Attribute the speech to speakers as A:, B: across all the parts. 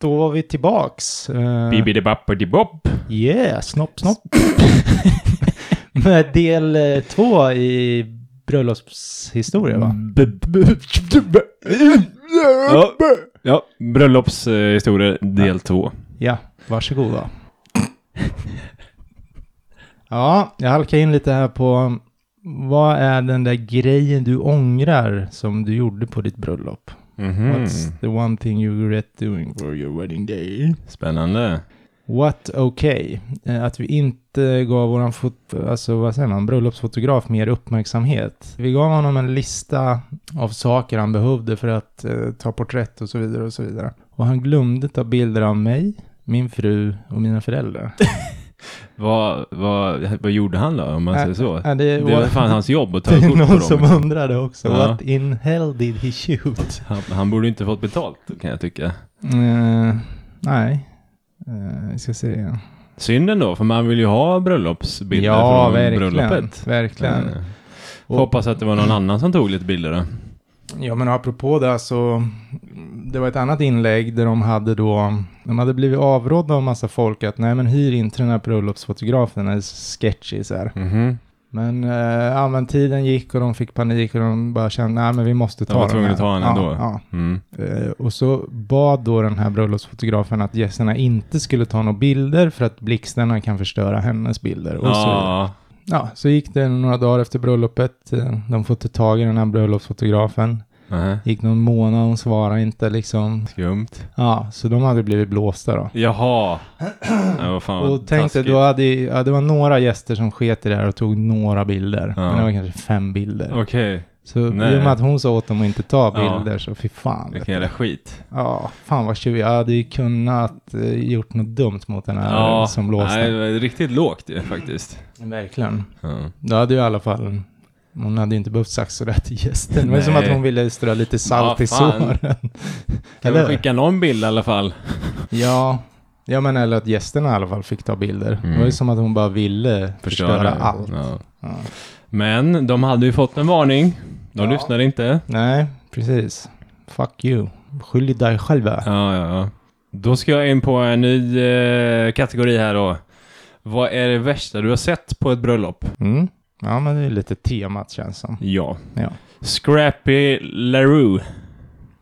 A: Då var vi tillbaks. Eh,
B: Bibidibappadibopp.
A: Yeah, snopp, snopp. Med del eh, två i bröllopshistoria va?
B: Ja, ja bröllopshistorier del två.
A: Ja, varsågoda. Ja, jag halkar in lite här på vad är den där grejen du ångrar som du gjorde på ditt bröllop?
B: Mhm.
A: What's the one thing you regret doing for your wedding day?
B: Spännande.
A: What okay? Eh, Att vi inte gav våran fot- alltså, vad säger man, bröllopsfotograf mer uppmärksamhet. Vi gav honom en lista av saker han behövde för att eh, ta porträtt och så vidare och så vidare. Och han glömde ta bilder av mig, min fru och mina föräldrar.
B: Vad, vad, vad gjorde han då, om man
A: Ä-
B: säger så?
A: Ja, Eh, det,
B: Det var fan hans jobb att ta
A: det är
B: kort på
A: någon
B: dem. liksom.
A: som undrade också.
B: Ja.
A: What in hell did he shoot?
B: Han, han borde inte fått betalt, kan jag tycka.
A: Eh, nej, Eh, vi ska se.
B: Synd ändå, för man vill ju ha bröllopsbilder
A: ja,
B: från
A: verkligen.
B: bröllopet.
A: Verkligen.
B: Eh,
A: Och-
B: Hoppas att det var någon annan som tog lite bilder då.
A: Ja, men apropå det så, det var ett annat inlägg där de hade då, de hade blivit avrådda av massa folk att nej men hyr inte den här bröllopsfotografen, den är sketchy så här.
B: Mhm.
A: Men, eh, ja, men tiden gick och de fick panik och de bara kände nej men vi måste ta
B: De var
A: den
B: tvungna
A: här."
B: att ta den
A: ja,
B: ändå.
A: Ja.
B: Mm.
A: Eh, och så bad då den här bröllopsfotografen att gästerna inte skulle ta några bilder för att blixtarna kan förstöra hennes bilder. Och så, vidare.
B: Ja,
A: ja, så gick det några dagar efter bröllopet, eh, de får ta tag i den här bröllopsfotografen.
B: nähä.
A: Gick någon månad, hon svarade inte liksom.
B: skumt.
A: Ja, så de hade blivit blåsta då.
B: Jaha. Ja, vad fan vad
A: Och tänkte,
B: taskigt.
A: då hade, ja, det var några gäster som sket i det här och tog några bilder.
B: Ja.
A: Men det var kanske fem bilder.
B: Okej,
A: Så i och
B: nej.
A: med att hon sa åt dem att inte ta
B: Ja.
A: bilder så fy fan. vet
B: vilken jävla skit.
A: du. Ja, fan vad tjuvigt. Jag hade ju kunnat eh, gjort något dumt mot den här
B: Ja,
A: som
B: nej,
A: blåste.
B: det var riktigt lågt ju faktiskt.
A: Verkligen.
B: Ja.
A: Då hade ju i alla fall, hon hade ju inte behövt sagt sådär till gästen. Det var som
B: Nej.
A: att hon ville strö lite salt
B: Ja,
A: i
B: fan.
A: såren.
B: Kan
A: Eller?
B: vi skicka någon bild i alla fall?
A: Ja, ja men eller att gästerna i alla fall fick ta bilder. Det var ju
B: Mm.
A: som att hon bara ville förstöra, allt.
B: Ja.
A: Ja.
B: Men de hade ju fått en varning. De
A: Ja.
B: lyssnade inte.
A: Nej, precis. Fuck you. Skyll dig själva.
B: Ja, ja, ja. Då ska jag in på en ny eh, kategori här då. Vad är det värsta du har sett på ett bröllop?
A: Mm. Ja, men det är lite temat känns som.
B: Ja.
A: Ja.
B: Scrappy LaRue.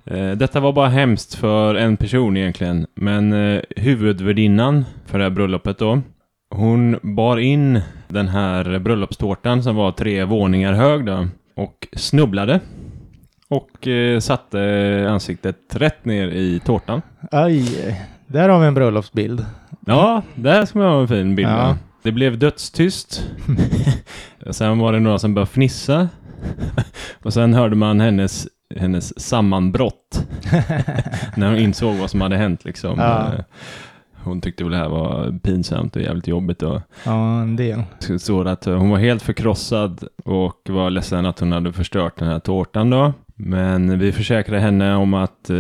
B: Eh, detta var bara hemskt för en person egentligen. Men eh, huvudvärdinnan för det här bröllopet då. Hon bar in den här bröllopstårtan som var tre våningar hög då. Och snubblade. Och eh, satte ansiktet rätt ner i tårtan.
A: Aj, där har vi en bröllopsbild.
B: Ja, där ska man ha en fin bild.
A: Ja.
B: va? Det blev dödstyst. sen var det några som började fnissa. Och sen hörde man hennes, hennes sammanbrott. När hon insåg vad som hade hänt liksom.
A: Ja.
B: Eh, Hon tyckte väl det här var pinsamt och jävligt jobbigt. Och
A: Ja, en del.
B: så står det att eh, hon var helt förkrossad och var ledsen att hon hade förstört den här tårtan då. Men vi försäkrade henne om att eh,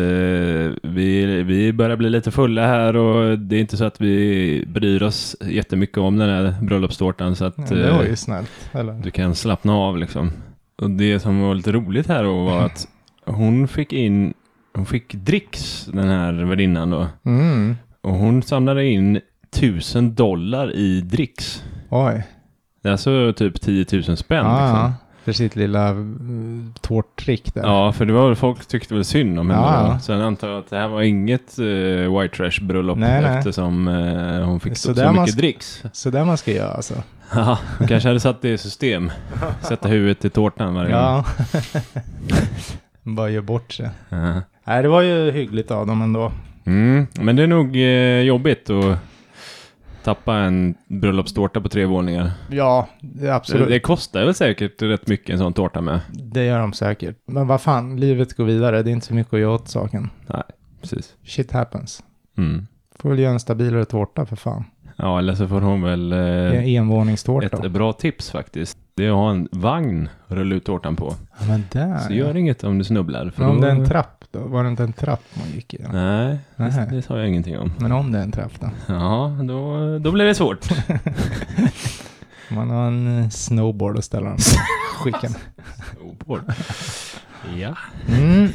B: vi, vi börjar bli lite fulla här och det är inte så att vi bryr oss jättemycket om den här bröllopstårtan så
A: Ja,
B: att
A: det var
B: eh,
A: ju snällt. Eller?
B: du kan slappna av liksom. Och det som var lite roligt här då var att hon fick in, hon fick dricks den här värdinnan då.
A: Mm.
B: Och hon samlade in tusen dollar i dricks.
A: Oj.
B: Det är Alltså typ 10 000 spänn.
A: Ja, ja.
B: liksom.
A: För sitt lilla uh, tårttrick där.
B: ja, för det var väl folk tyckte väl synd om henne.
A: Ah, Ja, ja.
B: då. Sen antar jag att det här var inget eh, white trash bröllop
A: Nej, nej.
B: eftersom eh, hon fick
A: Så
B: så,
A: där
B: så
A: man
B: mycket
A: sk-
B: dricks.
A: Så där man ska göra alltså.
B: Ja, hon kanske hade satt det i system. Sätta huvudet i tårtan varje gång.
A: Ja. Bara gör bort sig.
B: Ja.
A: Nej, det var ju hyggligt av dem ändå.
B: Mm. Men det är nog eh, jobbigt att tappa en bröllopstårta på tre våningar.
A: Ja, det-
B: Det,
A: absolut.
B: det
A: Det,
B: kostar väl säkert rätt mycket en sån tårta med.
A: gör de säkert. Men vad fan, livet går vidare. Det är inte så mycket att göra åt saken.
B: Precis.
A: Shit happens.
B: Mm.
A: Får väl göra en stabilare tårta för fan.
B: Ja, eller så får hon väl eh,
A: En envåningstårta.
B: ett bra tips faktiskt. Det är att ha en vagn att rulla ut tårtan på.
A: Ja, men där.
B: Så gör inget om du snubblar. för
A: Men om
B: då-
A: det är en trapp då? Var det inte en trapp man gick igenom?
B: Nej,
A: Nej.
B: det sa jag ingenting om.
A: Men om det är en trapp då?
B: Ja, då, då blir det svårt.
A: Man har en eh, snowboard att ställa den på. Skicka den.
B: Snowboard. ja.
A: Mm.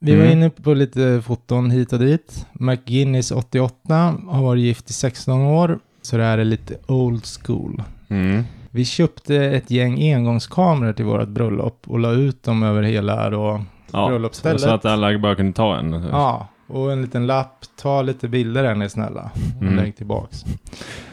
A: Vi var
B: Mm.
A: inne på lite foton hit och dit. McGinnis 88 har varit gift i 16 år. Så det här är lite old school.
B: Mm.
A: Vi köpte ett gäng engångskameror till vårt bröllop och la ut dem över hela då
B: ja.
A: bröllopsstället.
B: Så att alla bara kunde ta en.
A: Ja, och en liten lapp. Ta lite bilder är ni snälla. Och
B: Mm.
A: lägg tillbaks.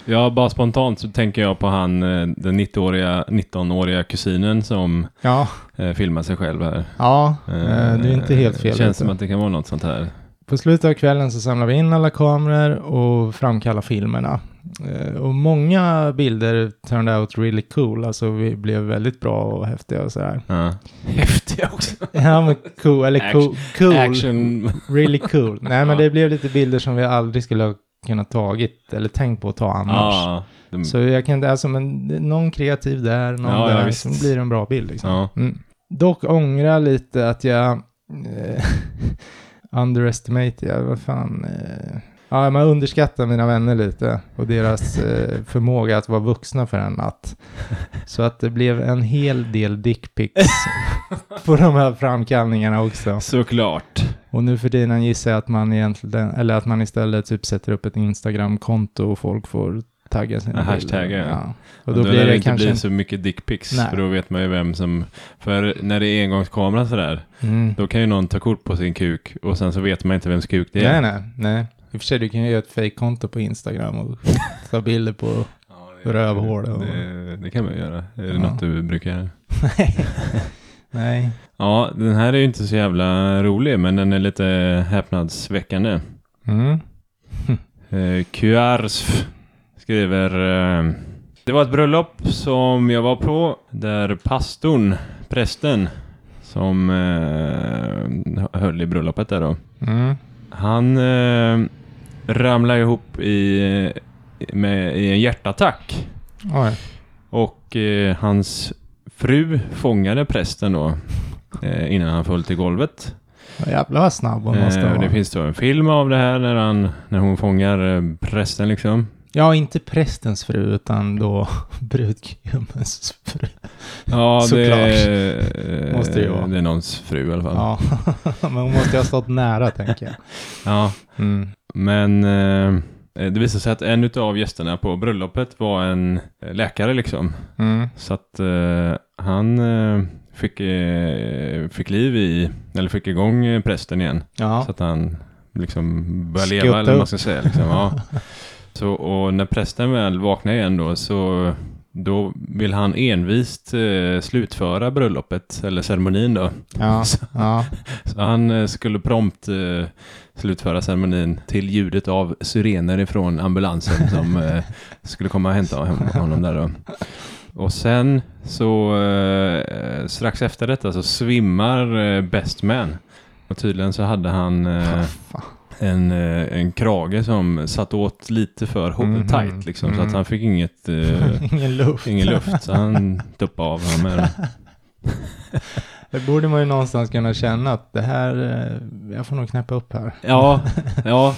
B: Ja, bara spontant så tänker jag på han, eh, den 90-åriga, 19-åriga kusinen som
A: Ja,
B: eh, filmar sig själv här.
A: ja eh,
B: Eh,
A: det är inte helt fel.
B: Känns som
A: ute.
B: att det kan vara något sånt här.
A: På slutet av kvällen så samlar vi in alla kameror och framkallar filmerna. Eh, Och många bilder turned out really cool. Alltså vi blev väldigt bra och häftiga och sådär.
B: Ja. Häftiga också.
A: Ja men cool, eller cool, cool
B: Action.
A: really cool. Nej men
B: Ja.
A: det blev lite bilder som vi aldrig skulle ha kunnat tagit eller tänkt på att ta annars.
B: Ja, de,
A: Så jag kan inte, alltså men någon kreativ där, någon
B: Ja, ja,
A: där,
B: visst.
A: så blir det en bra bild liksom.
B: ja.
A: Mm. Dock ångrar jag lite att jag eh, underestimate, ja, vad fan. Eh, ja, man underskattar mina vänner lite och deras eh, förmåga att vara vuxna för en natt. Så att det blev en hel del dickpics på de här framkallningarna också.
B: Såklart.
A: Och nu för tiden gissar jag att man egentligen, eller att man istället typ sätter upp ett Instagram-konto och folk får tagga sina
B: Ja, hashtaggar, ja.
A: Ja.
B: Och
A: Och då blir
B: lär
A: det
B: inte
A: kanske...
B: bli så mycket dickpics.
A: Nej.
B: För då vet man ju vem som... För när det är engångskamera sådär,
A: Mm.
B: då kan ju någon ta kort på sin kuk och sen så vet man inte vems kuk det är.
A: Nej, nej, nej. I och för sig, du kan ju göra ett fejkkonto på Instagram och ta bilder på...
B: Ja, det-
A: Rövhål och-
B: Det, det kan man ju göra. Är det
A: Ja.
B: något du brukar göra?
A: Nej. nej.
B: Ja, den här är ju inte så jävla rolig, men den är lite häpnadsväckande.
A: Mm.
B: Eh, QRSF skriver... Eh, det var ett bröllop som jag var på där pastorn, prästen, som eh, höll i bröllopet där då.
A: Mm.
B: Han eh, ramlade ihop i, med, i en hjärtattack.
A: Oj.
B: Och eh, hans fru fångade prästen då eh, innan han föll till golvet.
A: Vad Jävlar vad snabb hon måste
B: Eh, och det
A: vara.
B: finns då en film av det här när, han, när hon fångar eh, prästen liksom.
A: Ja, inte prästens fru, utan då brudgummens fru.
B: Ja, det,
A: Såklart.
B: är- eh,
A: Måste det ju vara.
B: det är någons fru i alla fall. Ja.
A: Ja, men hon måste ju ha stått nära, tänker jag. Mm.
B: men eh, det visade sig att en av gästerna på bröllopet var en läkare liksom.
A: Mm.
B: Så att eh, han eh, fick, eh, fick liv i, eller fick igång eh, prästen igen.
A: Ja.
B: Så att han liksom började leva
A: Skutta
B: eller vad man
A: upp.
B: ska säga. Liksom. Ja. Så, och när prästen väl vaknar igen då så då vill han envist eh, slutföra bröllopet eller ceremonin då.
A: Ja. ja.
B: Så han eh, skulle prompt eh, slutföra ceremonin till ljudet av syrener ifrån ambulansen som eh, skulle komma och hämta hem- honom där då. Och sen så eh, strax efter detta så svimmar eh, Best Man. Och tydligen så hade han eh,
A: Fan.
B: en, eh, en krage som satt åt lite för ho-
A: Mhm.
B: tight liksom. Så att
A: Mm.
B: han fick inget, eh,
A: Ingen luft.
B: ingen luft. Så han tuppade av honom. med den.
A: Det borde man ju någonstans kunna känna att det här, eh, jag får nog knäppa upp här.
B: Ja, ja,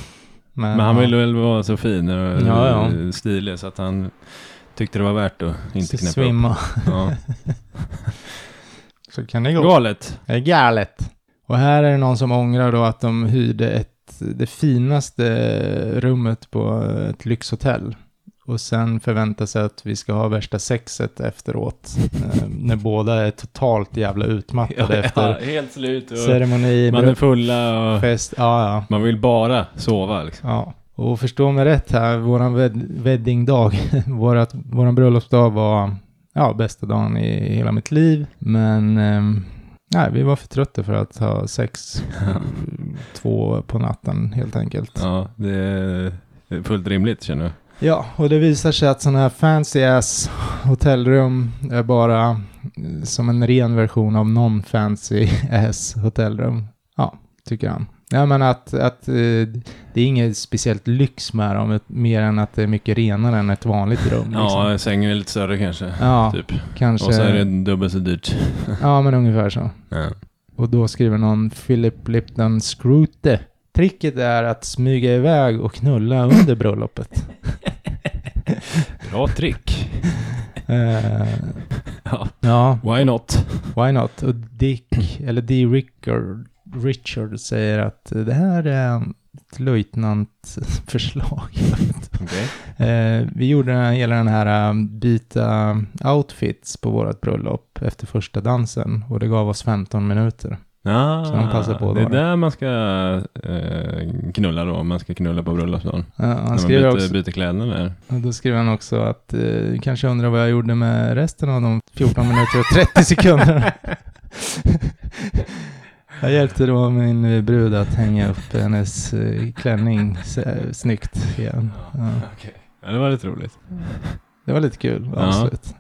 B: Men han
A: ja.
B: ville väl vara så fin och
A: Ja, ja.
B: stilig så att han tyckte det var värt att inte knäppa upp.
A: svimma.
B: Ja.
A: Så kan det gå.
B: Galet.
A: Det är galet. Och här är det någon som ångrar då att de hyrde ett, det finaste rummet på ett lyxhotell. Och sen förväntar sig att vi ska ha värsta sexet efteråt. eh, när båda är totalt jävla utmattade efter
B: helt slut och
A: ceremoni,
B: man är
A: bröllop,
B: fulla och
A: fest. Ja, ja.
B: man vill bara sova liksom.
A: Ja, och förstå mig rätt här, våran wed- weddingdag, vårat, våran bröllopsdag var ja, bästa dagen i hela mitt liv. Men ehm, nej, vi var för trötta för att ha sex
B: Ja.
A: två på natten helt enkelt.
B: Ja, det är fullt rimligt känner jag.
A: Ja, och det visar sig att sådana här fancy ass hotellrum är bara eh, som en ren version av non fancy ass hotellrum. Ja, tycker han. Ja, men att, att eh, det är inget speciellt lyx med dem, ut- mer än att det är mycket renare än ett vanligt rum. liksom.
B: Ja, sängen är lite större kanske.
A: ja
B: Typ.
A: kanske.
B: Och så är det dubbelt så dyrt.
A: Ja, men ungefär så.
B: Ja.
A: Och då skriver någon Philip Lipton Scrute. Tricket är att smyga iväg och knulla under bröllopet.
B: Bra trick.
A: Eh,
B: Ja.
A: ja,
B: Why not?
A: why not? Och Dick, eller D. Rickard, Richard säger att det här är ett löjtnantförslag.
B: Okej.
A: Eh, vi gjorde hela den här eh, byta outfits på vårt bröllop efter första dansen och det gav oss 15 minuter.
B: Ah,
A: Så de passar på
B: det är
A: då, då.
B: där man ska eh, knulla då, om man ska knulla på bröllopsdagen.
A: Eh, han
B: När man byter,
A: skriver också,
B: byter kläderna där.
A: och då skriver han också att eh, kanske undrar vad jag gjorde med resten av de 14 minuter och 30 sekunder. jag hjälpte då min eh, brud att hänga upp hennes eh, klänning s- eh, snyggt igen. Ja.
B: Ja, det var lite roligt.
A: Det var lite kul
B: Ja.
A: avslut.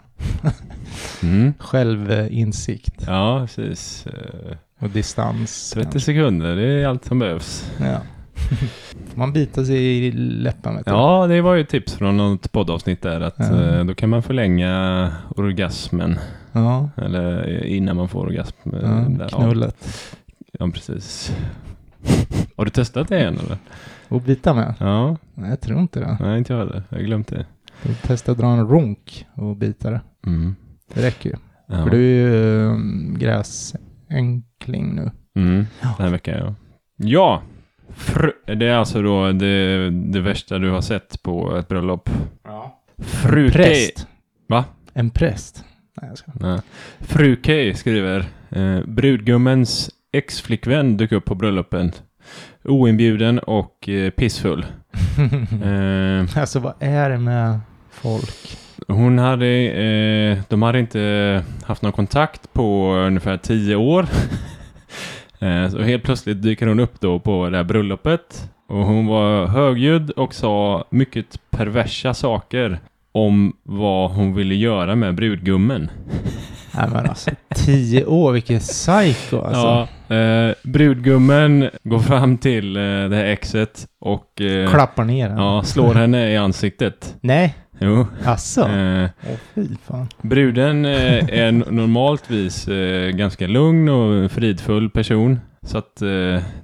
B: Mm.
A: Självinsikt
B: Ja, precis. Eh,
A: och distans.
B: 30 sekunder, det är allt som behövs.
A: Ja. Får man bita sig i läppen vet du?
B: Ja, det var ju ett tips från något poddavsnitt där att
A: Ja.
B: eh, då kan man förlänga orgasmen.
A: Ja.
B: Eller eh, innan man får orgasm. eh,
A: Ja,
B: där.
A: knullet.
B: Ja, precis. Har du testat det än eller?
A: Och bita med?
B: Ja,
A: Nej, jag tror inte det.
B: nej inte jag heller. Jag har glömt det.
A: Vi testar att dra en runk och bita det.
B: Mm.
A: Det räcker ju.
B: Ja.
A: För du är ju um, gräsänkling nu.
B: Mm.
A: Ja.
B: Den här veckan ja. Ja! Fr- det är alltså då det, det värsta du har sett på ett bröllop.
A: Ja.
B: Fru K.
A: Präst.
B: Va?
A: En präst. Nej, jag ska.
B: Nej. Fru K skriver. Eh, brudgummens ex-flickvän dök upp på bröllopen. Oinbjuden och eh, pissfull. Eh,
A: alltså vad är det med folk?
B: hon hade, eh, de hade inte haft någon kontakt på ungefär tio år. eh, så helt plötsligt dyker hon upp då på det här bröllopet. Och hon var högljudd och sa mycket perversa saker om vad hon ville göra med brudgummen.
A: Nej men alltså, tio år, vilket psycho alltså.
B: Ja, eh, brudgummen går fram till eh, det här exet och eh,
A: Klappar ner henne.
B: ja, slår henne i ansiktet.
A: Nej,
B: Jo.
A: alltså. Åh
B: Eh,
A: fy fan.
B: Bruden eh, är n- normaltvis eh, ganska lugn och fridfull person. Så att eh,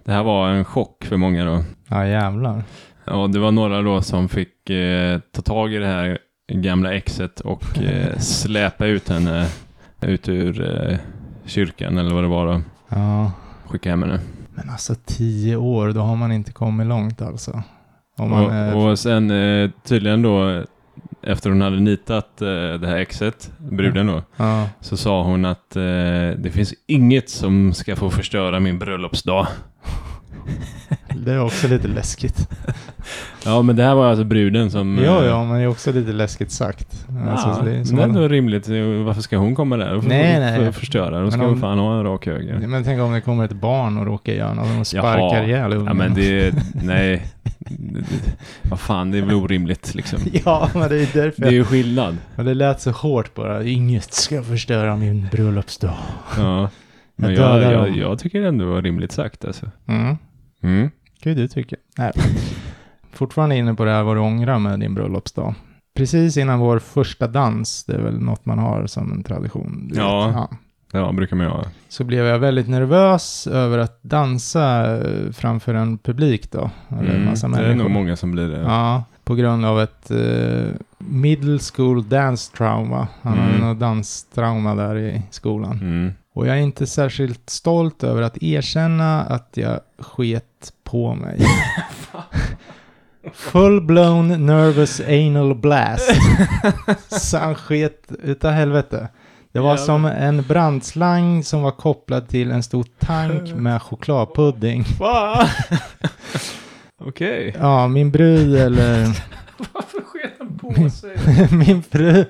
B: det här var en chock för många då.
A: Ja jävlar.
B: Ja, det var några då som fick eh, ta tag i det här gamla exet och eh, släpa ut henne ut ur eh, kyrkan eller vad det var då.
A: Ja.
B: Skicka hem henne.
A: Men alltså tio år, då har man inte kommit långt alltså. Om man är...
B: Och, och sen eh, tydligen då efter hon hade nitat eh, det här exet, bruden då,
A: ja.
B: så sa hon att eh, det finns inget som ska få förstöra min bröllopsdag.
A: Det är också lite läskigt.
B: Ja, men det här var alltså bruden som...
A: Ja,
B: eh, Ah.
A: ja, men det är också lite läskigt sagt.
B: Ja,
A: Alltså, det är som
B: men det är
A: att-
B: ändå rimligt. Varför ska hon komma där och
A: Nej,
B: för,
A: nej.
B: För, förstöra? Då ska
A: Men
B: hon
A: om-
B: fan ha en rak höger.
A: Nej, Men tänk om det kommer ett barn och råkar göra något och sparkar
B: Jaha.
A: ihjäl ungen.
B: Ja, men det... Nej. Vad fan, det är väl orimligt liksom.
A: Ja, men det är därför.
B: Det är ju skillnad.
A: Men det lät så hårt bara. Inget ska förstöra min bröllopsdag.
B: Ja. Men
A: Jag dödar
B: jag, jag,
A: dem.
B: jag tycker det ändå var rimligt sagt alltså.
A: Mm.
B: Mm.
A: Kan ju du tycka. Nej. Fortfarande inne på det här vad du ångrar med din bröllopsdag. Precis innan vår första dans, det är väl något man har som en tradition. du
B: Ja.
A: vet.
B: Ja, brukar man göra.
A: så blev jag väldigt nervös över att dansa eh, framför en publik då. Eller en massa
B: Mm, det är
A: människor.
B: nog många som blir det.
A: Ja, på grund av ett eh, middle school dance trauma. Han
B: Mm.
A: hade något danstrauma där i skolan.
B: Mm.
A: Och jag är inte särskilt stolt över att erkänna att jag sket på mig. Full-blown nervous anal blast. Så han sket utav helvete. Det var
B: Jävlar.
A: som en brandslang som var kopplad till en stor tank med chokladpudding.
B: Va? Okej.
A: Ja, min brud eller...
B: Varför sket han på sig?
A: min fru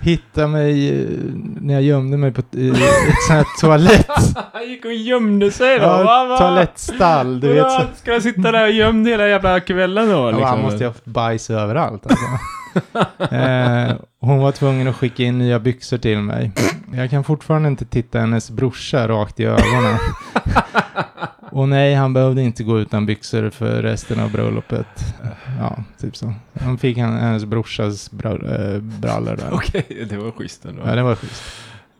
A: hittade mig eh, när jag gömde mig på ett, i ett sånt här toalett,
B: Han gick och gömde sig då. va,
A: ja,
B: va?
A: toalettstall. Du vet, så,
B: Vadå, Ska jag sitta där och gömd hela jävla kvällen då? liksom?
A: ja, liksom. han måste ju ha haft bajs överallt. Alltså. eh, hon var tvungen att skicka in nya byxor till mig. Jag kan fortfarande inte titta hennes brorsa rakt i ögonen. Och nej, han behövde inte gå utan byxor för resten av bröllopet. Ja, typ så. Han fick han, hennes brorsas brall, äh, brallor där.
B: Okej, det var schysst ändå.
A: Ja, det var schysst.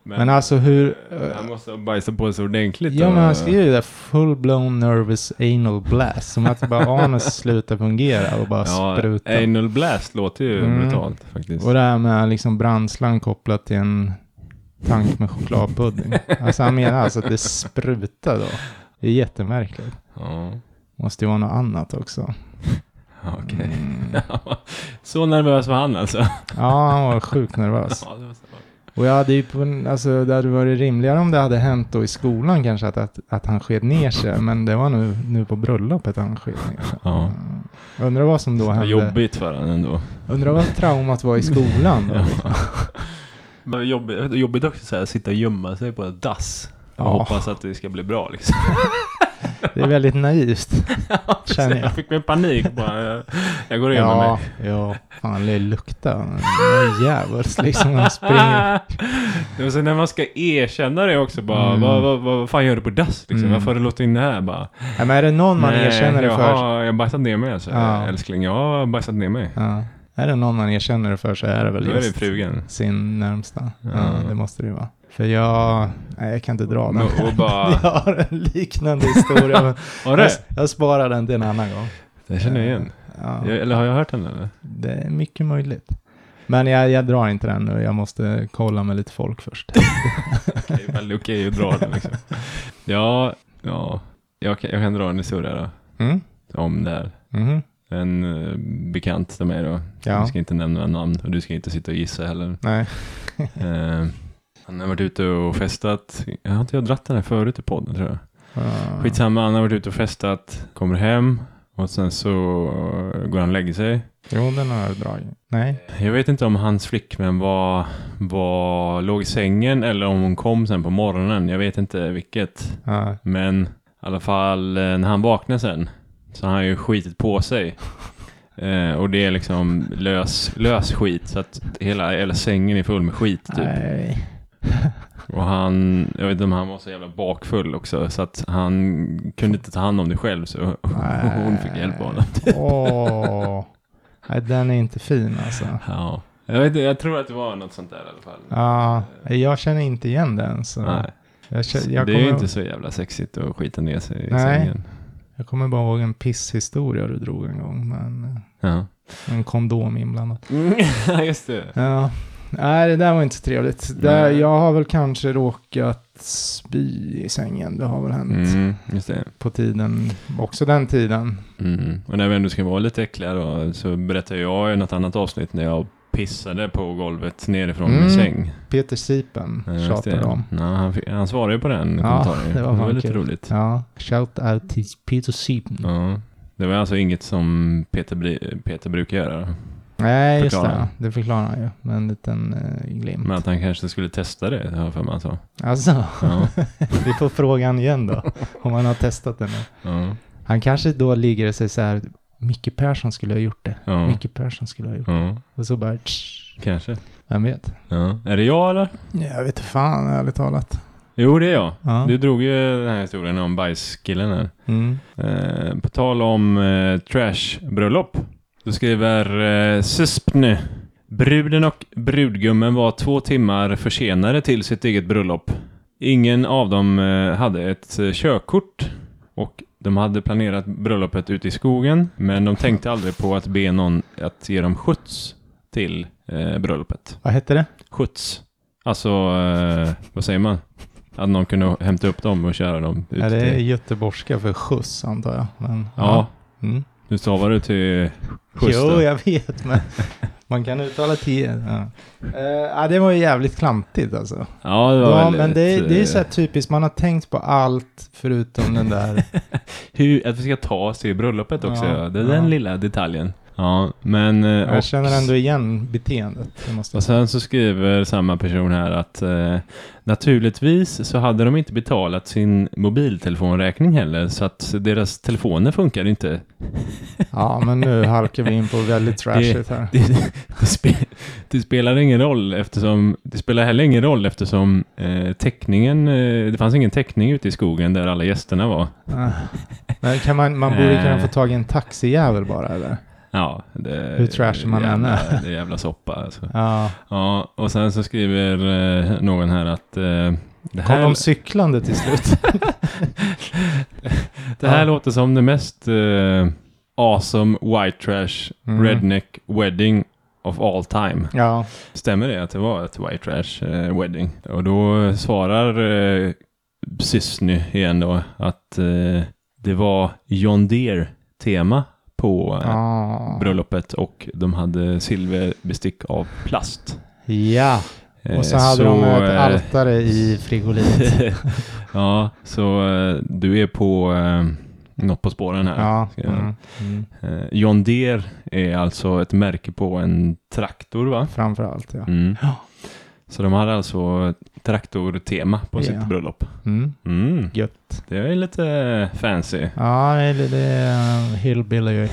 A: Men alltså hur...
B: Eh, Han måste ha bajsat på sig ordentligt.
A: Ja,
B: då.
A: men han skriver ju där full-blown nervous anal blast. Som att bara anus slutar fungera och bara
B: Ja,
A: spruta.
B: Anal blast låter ju
A: Mm.
B: brutalt faktiskt.
A: Och det här med liksom brandslang kopplat till en tank med chokladpudding. Alltså han menar alltså att det sprutar då. Det är jättemärkligt.
B: Ja,
A: Måste ju vara något annat också.
B: ja, okej.
A: Mm.
B: Så nervös var han alltså.
A: Ja, han var sjukt nervös.
B: Ja, det var så.
A: Och jag hade ju på, en- alltså det hade varit rimligare om det hade hänt då i skolan kanske att, att, att han sked ner sig. Men det var nu, nu på bröllopet han sked ner sig.
B: Ja.
A: Mm. Undrar vad som då
B: Det var
A: hände.
B: jobbigt för han ändå.
A: Undrar vad traumat var i skolan då. liksom.
C: Men jobbigt, jobbigt också så här, sitta och gömma sig på ett dass. Och
A: Ja,
C: hoppas att det ska bli bra liksom.
A: det är väldigt naivt. Känner jag.
C: Jag fick mig panik bara. Jag, jag går och gömmer
A: Ja,
C: mig.
A: ja. Fan, det luktar. Någon Jävels liksom. Han springer.
B: Och sen Ah! när man ska erkänna det också bara,
A: Mm.
B: vad, vad, vad fan gör du på dass liksom?
A: Mm.
B: Varför har du låtit in det här bara?
A: Ja, men är det någon man erkänner det
B: jag
A: för?
B: Har, jag har bajsat ner mig alltså.
A: Ja.
B: Älskling, jag har bajsat ner mig.
A: Ja. Är det någon man erkänner det för så är det väl
B: Då är det
A: just
B: frugan.
A: sin närmsta. Ja.
B: Ja.
A: det måste det ju vara. För jag... Nej, jag kan inte dra den.
B: Och- och bara-
A: jag har en liknande historia. men
B: Har du?
A: Jag, jag sparar den till en annan gång.
B: Det känner jag igen.
A: Ja.
B: Jag, eller har jag hört den eller?
A: Det är mycket möjligt. Men jag, jag drar inte den nu, jag måste kolla med lite folk först.
B: Det är väldigt okej att dra den liksom. Ja, ja. Jag kan, jag kan dra en historia då.
A: Mm?
B: Om det här.
A: Mhm.
B: En eh, bekant till mig då.
A: Ja.
B: Jag ska inte nämna namn och du ska inte sitta och gissa heller.
A: Nej.
B: Eh, han har varit ute och festat. Jag har inte jag dratt den här förut i podden tror jag.
A: Ja.
B: Skitsamma, han har varit ute och festat. Kommer hem och sen så går han och lägger sig.
A: Jo, den har jag dragit. Nej.
B: Jag vet inte om hans flickvän var, var, låg i sängen eller om hon kom sen på morgonen. Jag vet inte vilket.
A: Ja.
B: Men i alla fall eh, när han vaknar sen så har han ju skitit på sig. Eh, och det är liksom lös, lös skit så att hela, hela sängen är full med skit typ.
A: Nej.
B: Och han, jag vet inte om han var så jävla bakfull också så att han kunde inte ta hand om det själv så hon fick hjälp av honom.
A: Åh. Nej, den är inte fin alltså.
B: Ja. Jag, vet, inte, jag tror att det var något sånt där i alla fall.
A: Ja, jag känner inte igen den. Så
B: Nej,
A: jag, känner, jag,
B: det är ju
A: kommer,
B: inte så jävla sexigt att skita ner sig i
A: Nej.
B: sängen.
A: jag kommer bara ihåg en pisshistoria du drog en gång. Men eh,
B: Ja.
A: en kondom inblandad.
B: Just det.
A: Ja. Nej, det där var inte så trevligt. Där,
B: Nej.
A: jag har väl kanske råkat spy i sängen. Det har väl hänt
B: Mm, just det.
A: på tiden. Också den tiden.
B: Mm. Och när vi ändå ska vara lite äckliga då, så berättar jag i något annat avsnitt när jag pissade på golvet nerifrån
A: Mm.
B: min säng.
A: Peter Sipen
B: Ja, just
A: tjatade
B: det.
A: om.
B: Ja, han, fick- han svarade ju på den
A: Ja,
B: kommentaren.
A: det var fan
B: lite
A: kul.
B: roligt.
A: Ja, shout out till Peter Sipen.
B: Ja. Det var alltså inget som Peter, bri- Peter brukar göra.
A: Nej, just
B: Förklarar
A: det.
B: han.
A: Det förklarar han ju med en liten eh, glimt.
B: Men att han kanske skulle testa det, har jag för mig han sa.
A: Alltså,
B: Ja.
A: vi får frågan igen då. Om han har testat den. nu.
B: Ja.
A: Han kanske då ligger och säger så här. Micke Persson skulle ha gjort det.
B: Ja.
A: Micke Persson skulle ha gjort det.
B: ja.
A: Och så bara... tsch.
B: Kanske.
A: Vem vet?
B: Ja. Är det jag eller?
A: Jag vet fan, ärligt talat.
B: Jo, det är jag.
A: Ja.
B: Du drog ju den här historien om bajskillen här.
A: Mm.
B: Eh, på tal om eh, trashbröllop. Du skriver eh, Suspne. Bruden och brudgummen var två timmar försenade till sitt eget bröllop. Ingen av dem eh, hade ett eh, körkort och de hade planerat bröllopet ute i skogen men de tänkte aldrig på att be någon att ge dem skjuts till eh, bröllopet
A: Vad hette det?
B: skjuts. Alltså, eh, vad säger man? Att någon kunde hämta upp dem och köra dem ut
A: Ja, det är
B: till...
A: göteborgska för skjuts, antar jag. Men,
B: Ja,
A: Mm.
B: nu stavar du till skjuts
A: Jo,
B: då.
A: jag vet, men man kan uttala tio. Ja. Eh, ja, det var ju jävligt klantigt alltså.
B: Ja, det var
A: Ja,
B: väldigt,
A: men det, är- det är
B: eh,
A: så här typiskt, man har tänkt på allt förutom den där.
B: eh, Hur, att vi ska ta oss till bröllopet också.
A: Ja,
B: det är
A: ja.
B: den lilla detaljen. Ja, men... eh,
A: Jag
B: och-
A: känner ändå igen beteendet. det Måste jag
B: Och
A: säga.
B: sen så skriver samma person här att eh, naturligtvis så hade de inte betalat sin mobiltelefonräkning heller så att deras telefoner funkar inte.
A: Ja, men nu halkar vi in på väldigt trashigt här.
B: Det, det, spe, det spelar ingen roll eftersom det spelar heller ingen roll eftersom eh, täckningen, eh, det fanns ingen täckning ute i skogen där alla gästerna var.
A: Ah. Men kan man, man borde kunna få tag i en taxijävel bara eller?
B: Ja, det,
A: Hur trash man än
B: jävla,
A: är.
B: Det är jävla soppa alltså.
A: Ja.
B: Ja, och sen så skriver eh, någon här att eh, det
A: Kom
B: här
A: de cyklande till slut?
B: Det här
A: Ja.
B: låter som det mest eh, awesome white trash
A: Mm.
B: redneck wedding of all time.
A: Ja.
B: Stämmer det att det var ett white trash eh, wedding? Och då svarar eh, Sysny igen då att eh, det var John Deere tema på eh,
A: Ah.
B: bröllopet och de hade silverbestick av plast.
A: Ja,
B: Eh,
A: och så hade de ett
B: eh,
A: altare i frigolit.
B: ja, så eh, du är på eh, något på spåren här.
A: Ja.
B: ska jag-
A: Mm. Mm.
B: Eh, John Deere är alltså ett märke på en traktor va?
A: Framför allt ja.
B: Mm.
A: Ja.
B: Så de hade alltså traktortema på
A: Ja.
B: sitt bröllop.
A: Mm.
B: Mm.
A: Gött.
B: Det är lite fancy.
A: Ja, eller det är eh, hillbilly,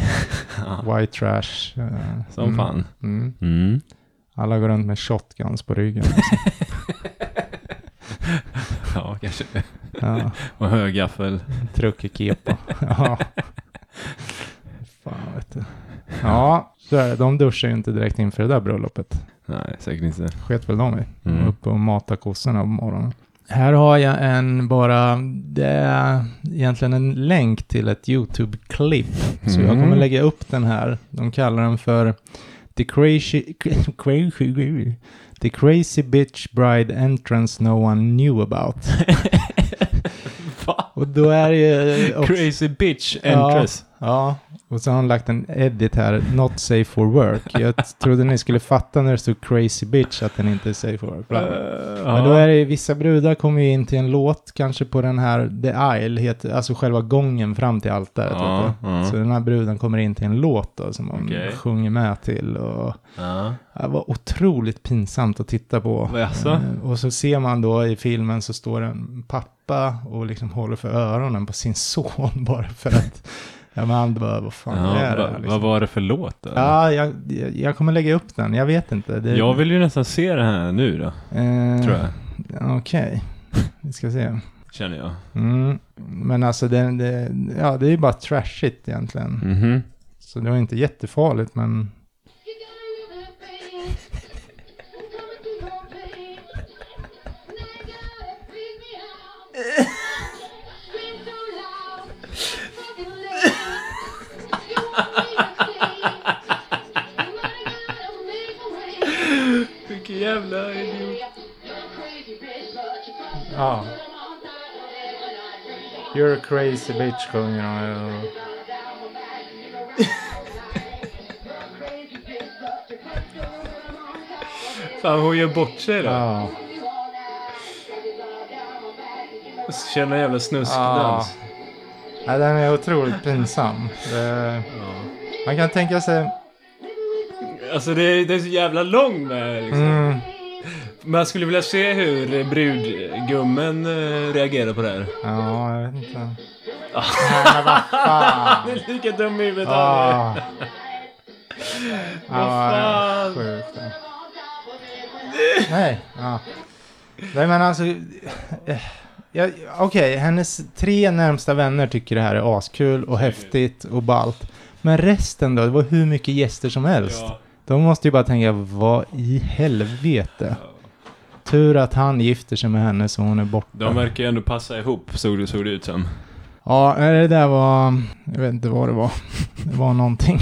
B: Ja,
A: white trash. eh,
B: Som
A: mm.
B: fan.
A: Mm.
B: Mm.
A: Alla går runt med shotguns på ryggen.
B: Ja, kanske.
A: Ja.
B: Och högaffel.
A: Truckerkepa. ja. Fan vet du. Ja, så är det. De duschar ju inte direkt inför det där bröllopet.
B: Nej, säkert inte.
A: Sket väl de i.
B: Mm.
A: Uppe och matade kossorna på morgonen. Här har jag en bara, det är egentligen en länk till ett YouTube-klipp. Så jag kommer
B: Mm.
A: lägga upp den här. De kallar den för The Crazy, crazy, the crazy Bitch Bride Entrance No One Knew About.
B: Va?
A: Och då är det ju också-
B: Crazy bitch
A: Eh, Ja.
B: entrance.
A: Ja, och så har han lagt en edit här, not safe for work. Jag trodde ni skulle fatta när det stod crazy bitch att den inte är safe for work. Bla,
B: Eh,
A: bla. Men då är det ju- vissa brudar kommer ju in till en låt, kanske på den här The Isle, heter, alltså själva gången fram till altaret.
B: Ja,
A: vet du.
B: ja.
A: Så den här bruden kommer in till en låt då, som hon
B: Okej.
A: sjunger med till. Och,
B: Ja.
A: det var otroligt pinsamt att titta på.
B: Jaså?
A: Eh, Och så ser man då i filmen så står en pappa och liksom håller för öronen på sin son bara för att ja, men han bara, vad fan
B: Ja,
A: är det
B: va-
A: här?
B: Vad
A: Liksom.
B: var det för låt? då?
A: Ja, jag, jag- jag kommer lägga upp den, jag vet inte. Det,
B: Jag vill ju nästan se det här nu då,
A: eh,
B: tror jag.
A: Okej, vi ska se.
B: Känner jag.
A: Mm. Men alltså, det, det, ja, det är ju bara trashigt egentligen.
B: Mhm.
A: Så det var inte jättefarligt, men
D: You got another pain. I'm coming to your pain. Nigga, freak me out. Scream so loud. Fucking loud. You want me to stay. But I gotta make a way.
B: Vilken jävla idiot.
D: You're a crazy bitch, but you probably
A: ja. You're a crazy bitch, sjunger de. och-
B: Fan, hon gör bort sig då.
A: Ja.
B: Kör någon jävla snuskdans.
A: Ja, den är otroligt pinsam. Det, Man kan tänka sig...
B: Alltså det är, det är så jävla lång med. Liksom.
A: Mm,
B: Man skulle vilja se hur brudgummen eh, reagerar på det här.
A: ja, jag vet inte. Nej, men vad fan!
B: Det är lika dum i huvudet han är.
A: Ah. Ja,
B: fan.
A: sjukt. Nej. Ja. Nej, men alltså... eh, Ja, Okej, hennes tre närmsta vänner tycker det här är askul och häftigt och ballt. Men resten då? Det var hur mycket gäster som helst.
B: Ja.
A: De måste ju bara tänka, vad i helvete? Tur att han gifter sig med henne så hon är borta.
B: De verkar ju ändå passa ihop, såg det, såg det ut som.
A: Ja, nej, det där var... Jag vet inte vad det var. Det var någonting.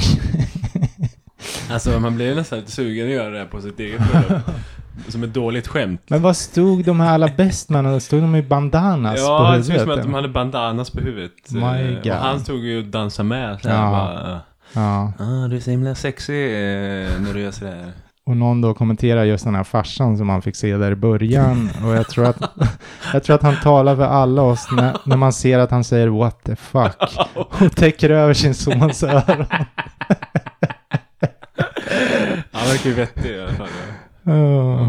B: Alltså man blir nästan lite sugen att göra det här på sitt eget bröllop. Som ett dåligt skämt.
A: Men vad stod de här alla bestmännen? Stod de i bandanas på
B: ja, det
A: huvudet?
B: såg ut som att
A: eller?
B: de hade bandanas på huvudet.
A: My
B: Eh,
A: God.
B: Och han stod ju och dansade med. Så här,
A: Ja.
B: bara,
A: Ja.
B: ah, du är så himla sexig eh, när du gör sådär.
A: Och någon då kommenterar just den här farsan som man fick se där i början. Och jag tror att, jag tror att han talar för alla oss när, när man ser att han säger what the fuck. Och täcker över sin sons öron.
B: verkar ju vettig i alla fall. ja.
A: Åh.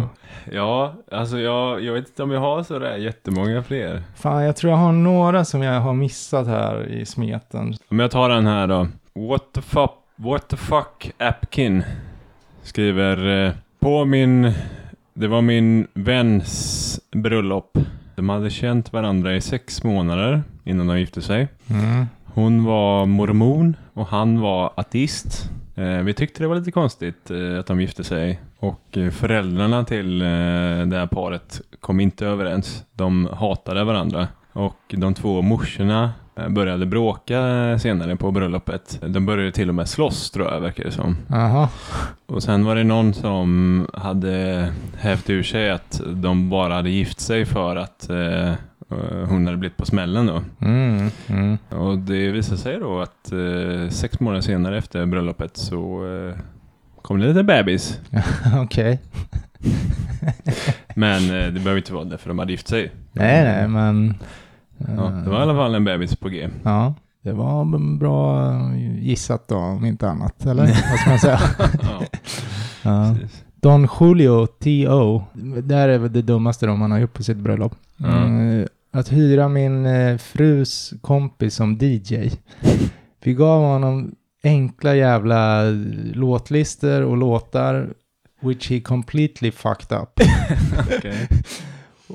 B: Ja, alltså jag, jag vet inte om jag har så där jättemånga fler.
A: Fan, jag tror jag har några som jag har missat här i smeten.
B: Om jag tar den här då. What the fuck, what the fuck Apkin skriver eh, på min, det var min väns bröllop. De hade känt varandra i sex månader innan de gifte sig.
A: Mm.
B: Hon var mormon och han var ateist. Eh, vi tyckte det var lite konstigt eh, att de gifte sig. Och eh, föräldrarna till eh, det här paret kom inte överens. De hatade varandra. Och de två morsorna eh, började bråka eh, senare på bröllopet. De började till och med slåss tror jag verkar det som.
A: Aha.
B: Och sen var det någon som hade hävt ur sig att de bara hade gift sig för att eh, eh, hon hade blivit på smällen då.
A: Mm. Mm.
B: Och det visade sig då att eh, sex månader senare efter bröllopet så eh, kom det lite bebis.
A: Okej.
B: Men eh, det behöver inte vara därför de hade gift sig.
A: Nej, nej, men... eh,
B: Ja, det var i alla fall en bebis på G.
A: Ja, det var b- bra eh, gissat då, om inte annat. Eller vad ska man säga?
B: ja,
A: Ja.
B: precis.
A: Don Julio, T.O. Det här är väl det dummaste de man har gjort på sitt bröllop.
B: Mm.
A: Eh, Att hyra min eh, frus kompis som DJ. Vi gav honom enkla jävla låtlister och låtar, which he completely fucked up.
B: Okej.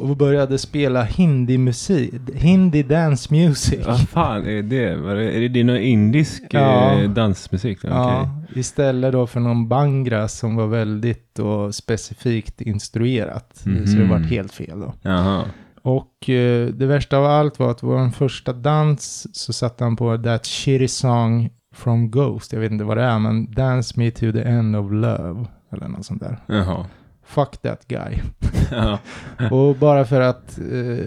A: Och började spela hindi-musik, hindi dance music.
B: Vad fan är det? Var det är det din indisk eh,
A: Ja.
B: dansmusik? Okej.
A: Ja, istället då för någon bangra som var väldigt då specifikt instruerat. Så det
B: Mhm.
A: var helt fel då.
B: Jaha.
A: Och eh, det värsta av allt var att vår första dans så satte han på That Shitty Song from Ghost. Jag vet inte vad det är, men Dance Me to the End of Love. Eller något sånt där.
B: Jaha.
A: Fuck that guy.
B: Ja.
A: Och bara för att, eh,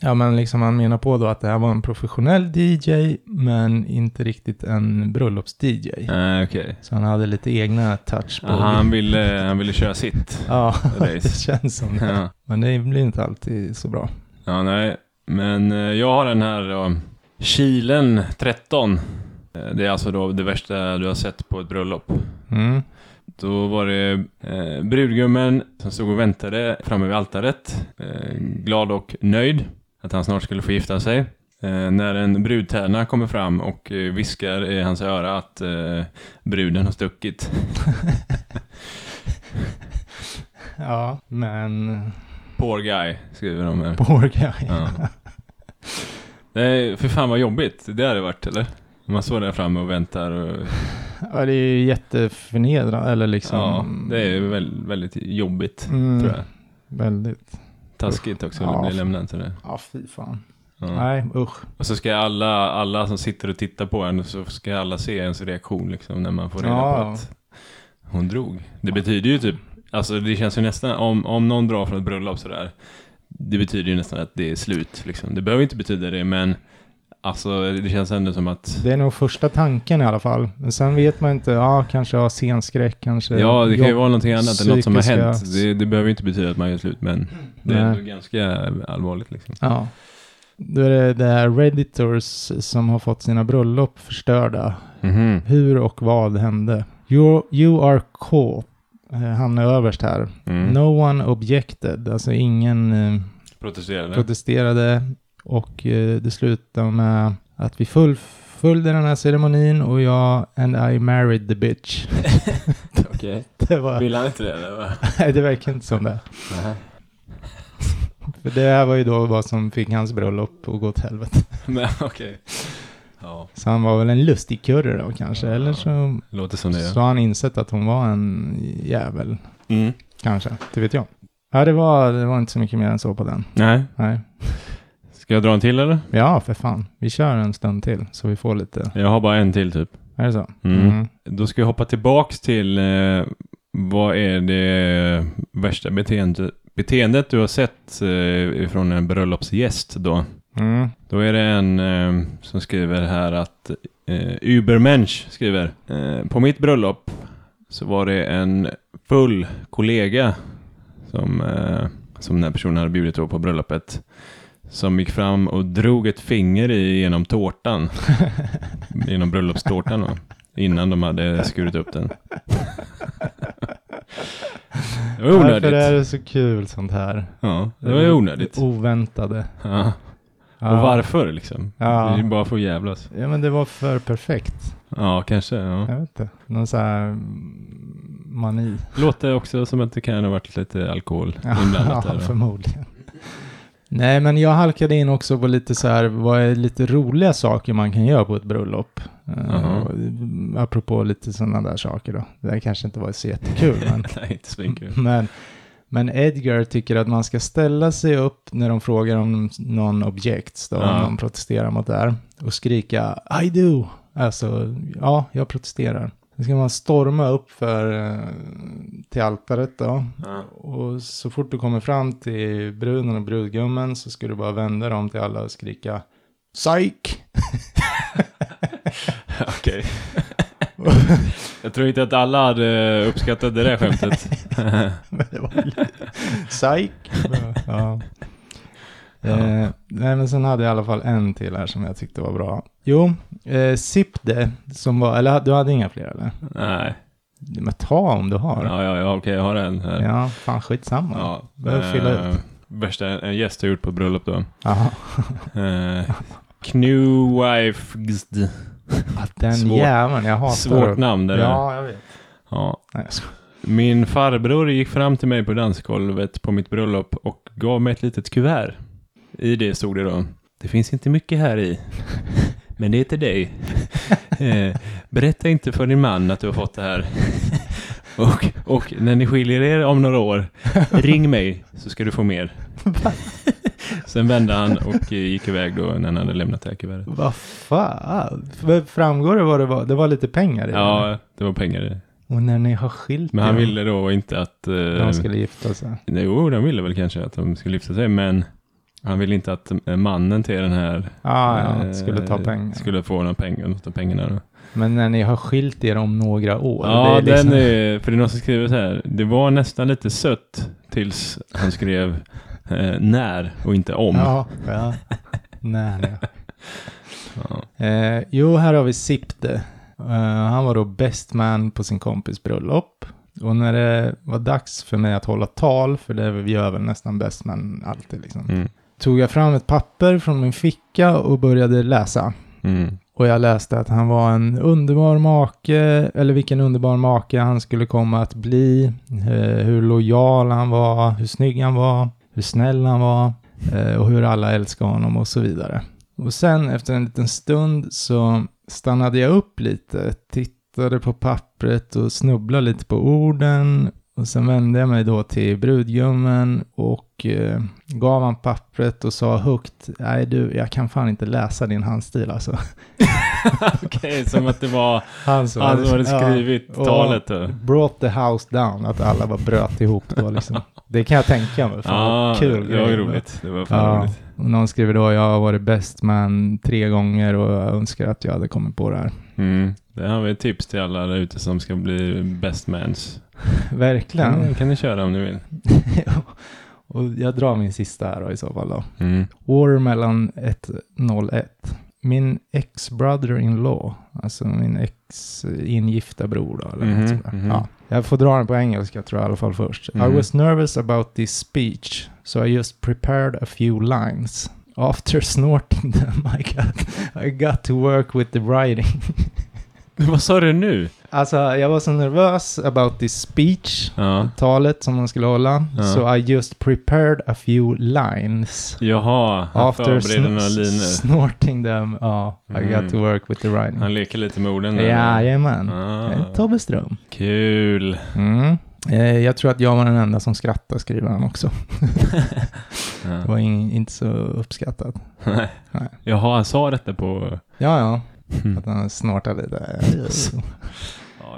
A: ja men liksom han menar på då att det här var en professionell DJ, men inte riktigt en bröllops-DJ.
B: Nej, Okej.
A: Så han hade lite egna touch på...
B: Aha, Han ville, han ville köra sitt.
A: Ja, det
B: Race.
A: känns som det.
B: Ja.
A: Men det blir inte alltid så bra.
B: Ja, nej. Men eh, jag har den här då. Kilen 13. Eh, Det är alltså då det värsta du har sett på ett bröllop.
A: Mm.
B: Då var det eh, brudgummen som stod och väntade framme vid altaret. Eh, glad och nöjd att han snart skulle få gifta sig. Eh, när en brudtärna kommer fram och eh, viskar i hans öra att eh, bruden har stuckit.
A: Ja, men...
B: Poor guy, skriver de här.
A: Poor guy.
B: Ja. Nej, för fan vad jobbigt det hade varit, eller? Man står där framme och väntar och
A: Ja, det är ju jätteförnedrande, eller liksom...
B: Ja, det är väl, väldigt jobbigt.
A: mm,
B: Tror jag.
A: Väldigt.
B: Taskigt också
A: Ja.
B: att bli lämnad sådär.
A: Ja, fy fan.
B: Ja.
A: Nej, usch.
B: Och så ska alla, alla som sitter och tittar på en, så ska alla se ens reaktion liksom när man får reda
A: Ja,
B: på
A: ja.
B: att hon drog. Det betyder ju typ, alltså det känns ju nästan, om, om någon drar från ett bröllop sådär, det betyder ju nästan att det är slut liksom. Det behöver inte betyda det, men alltså det känns ändå som att
A: Det är nog första tanken i alla fall. Men sen vet man inte, ja, kanske har scenskräck, kanske...
B: Ja, det kan ju
A: jobb-
B: vara någonting annat än något som har
A: psykiska-
B: hänt. Det, det behöver ju inte betyda att man gör slut, men det är
A: Nej.
B: ändå ganska allvarligt liksom.
A: Ja. Då är det, det här Redditors som har fått sina bröllop förstörda.
B: Mhm.
A: Hur och vad hände? You, you are caught. Eh, Hamnar överst här.
B: Mm.
A: No one objected. Alltså ingen eh,
B: Protesterade.
A: protesterade. Och eh, det slutade med att vi fullföljde den här ceremonin och jag and I married the bitch.
B: Okej.
A: Det, var,
B: Vill han inte det eller? va?
A: nej, det verkar inte som det. För det här var ju då vad som fick hans bröllop att gå åt helvete.
B: Men okej. Ja,
A: Så han var väl en lustig kurre då kanske.
B: Ja.
A: Eller så,
B: låter som det.
A: så
B: Ja.
A: har han insett att hon var en jävel.
B: Mm.
A: Kanske, det vet jag. Ja, det var, det var inte så mycket mer än så på den.
B: Nej.
A: Nej.
B: Ska jag dra en till eller?
A: Ja, för fan. Vi kör en stund till så vi får lite.
B: Jag har bara en till typ.
A: Är det så?
B: Mm. Då ska jag hoppa tillbaks till eh, vad är det värsta beteende, beteendet du har sett eh, från en bröllopsgäst då?
A: Mm.
B: Då är det en eh, som skriver här att eh, Ubermensch skriver. Eh, på mitt bröllop så var det en full kollega som, eh, som den här personen hade bjudit då på bröllopet. Som gick fram och drog ett finger i genom tårtan.
A: Mm.
B: genom bröllopstårtan då. Innan de hade skurit upp den. Det var onödigt.
A: Varför är det så kul sånt här?
B: Ja, det var ju onödigt.
A: Oväntade.
B: Ja. Och varför liksom?
A: Ja.
B: Det är ju bara för att jävlas.
A: Ja men det var för perfekt.
B: Ja, kanske. Ja.
A: Jag vet inte. Någon så här mm, mani.
B: Låter också som att det kan ha varit lite alkohol inblandat där.
A: ja,
B: då.
A: förmodligen. Nej, men jag halkade in också på lite så här, vad är lite roliga saker man kan göra på ett bröllop?
B: Jaha.
A: Uh, apropå lite sådana där saker då. Det här kanske inte var så jättekul, men Mm.
B: Nej, inte svinkul.
A: Men, men Edgar tycker att man ska ställa sig upp när de frågar om någon objects, då, om
B: Ja.
A: någon protesterar mot det här, och skrika I do, alltså ja, jag protesterar. Sen ska man storma upp för, eh, till altaret då. Och så fort du kommer fram till bruden och brudgummen så ska du bara vända dem till alla och skrika Psyk!
B: Okej. Jag tror inte att alla hade uppskattat det där skämtet.
A: Men det var lite- Psyk! ja. Eh, nej men sen hade jag i alla fall en till här som jag tyckte var bra. Jo, eh, Sipde som var, eller du hade inga fler eller?
B: Nej.
A: Men ta om du har. Ja,
B: Ja, ja, ja okej, jag har en här.
A: fan skitsamma. Ja.
B: Ja,
A: Behöver fylla
B: eh, Värsta en gäst har gjort på bröllop då.
A: Aha.
B: Eh, Knewifgd.
A: Att Den
B: Svårt-
A: jäveln, jag hatar
B: Svårt
A: det.
B: namn det där.
A: Ja, jag vet.
B: Ja.
A: Nej, jag skojar.
B: Min farbror gick fram till mig på dansgolvet på mitt bröllop och gav mig ett litet kuvert. I det stod det då. Det finns inte mycket här i. Men det är till dig. Eh, Berätta inte för din man att du har fått det här. Och, och när ni skiljer er om några år, ring mig så ska du få mer. Sen vände han och eh, gick iväg då när han hade lämnat det här kuvertet.
A: Vad fan? F- Framgår det vad det var? Det var lite pengar i det.
B: Ja, det var pengar i det.
A: Och när ni har skilt
B: Men han
A: er,
B: ville då inte att... eh,
A: De skulle gifta sig.
B: Nej, Jo, de ville väl kanske att de skulle lyfta sig, men han ville inte att eh, mannen till den här
A: Ja,
B: eh,
A: ja, skulle ta pengar.
B: skulle få några pengar, något av pengarna. Då.
A: Men när ni har skilt er om några år.
B: Ja,
A: det är liksom-
B: den är, för det är någon som skriver så här. Det var nästan lite sött tills han skrev eh, när och inte om.
A: Ja, ja. nej, nej.
B: Ja.
A: Eh, jo, här har vi Sipte. Eh, han var då best man på sin kompis bröllop. Och när det var dags för mig att hålla tal, för det gör väl nästan best man alltid liksom.
B: Mm.
A: Tog jag fram ett papper från min ficka och började läsa.
B: Mm.
A: Och jag läste att han var en underbar make, eller vilken underbar make han skulle komma att bli, eh, hur lojal han var, hur snygg han var, hur snäll han var eh, och hur alla älskade honom och så vidare. Och sen efter en liten stund så stannade jag upp lite, tittade på pappret och snubblade lite på orden och sen vände jag mig då till brudgummen och eh, gav han pappret och sa högt, nej du, jag kan fan inte läsa din handstil alltså.
B: Okej, som att det var
A: Han som
B: han som hade skrivit
A: liksom- ja, och-
B: talet. Då.
A: Brought the house down, att alla bara bröt ihop då liksom. Det kan jag tänka mig. Fan,
B: Ja,
A: kul
B: det var ju
A: grej.
B: roligt. Det var fan
A: Ja,
B: roligt.
A: och någon skriver då, jag har varit bäst man tre gånger och jag önskar att jag hade kommit på det här.
B: Mm. Det har vi ett tips till alla där ute som ska bli best mans.
A: Verkligen.
B: Mm, kan ni köra om ni vill.
A: och jag drar min sista här då i så fall då.
B: Mm.
A: Watermelon 101. Min ex-brother-in-law, alltså min ex-ingifta bror då, eller
B: Mhm,
A: något sånt där.
B: mhm.
A: Ja. Jag får dra den på engelska tror jag i alla fall först.
B: Mhm.
A: I was nervous about this speech, so I just prepared a few lines. After snorting them I got, I got to work with the writing.
B: Vad sa du nu?
A: Alltså, jag var så nervös about this speech,
B: Ja.
A: talet som de skulle hålla,
B: Ja.
A: so I just prepared a few lines.
B: Jaha, han
A: After
B: förbereder några
A: sn-
B: linor.
A: snorting them, ja, I
B: Mm.
A: got to work with the writing.
B: Han leker lite med orden där.
A: Jajamän. Ah.
B: Ah,
A: Tobbe Ström.
B: kul.
A: Mm. Eh, jag tror att jag var den enda som skrattade, skriver han också.
B: Ah.
A: Det
B: Ja.
A: var in, inte så uppskattat. Nej.
B: Jaha, han sa detta på...
A: Ja, ja.
B: Mm.
A: Att han snortade lite.
B: Ja,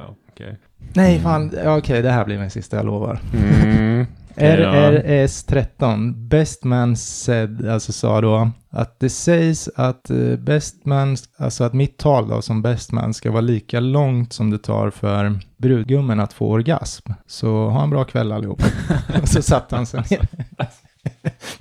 B: ja, okej.
A: Nej, fan. Ja, Okej, det här blir min sista, jag lovar.
B: Mm. Okej då.
A: RRS13. Best man said, alltså sa då, att det sägs att eh, best man, alltså att mitt tal då som best man ska vara lika långt som det tar för brudgummen att få orgasm. Så ha en bra kväll allihop. Och så satte han sig ner.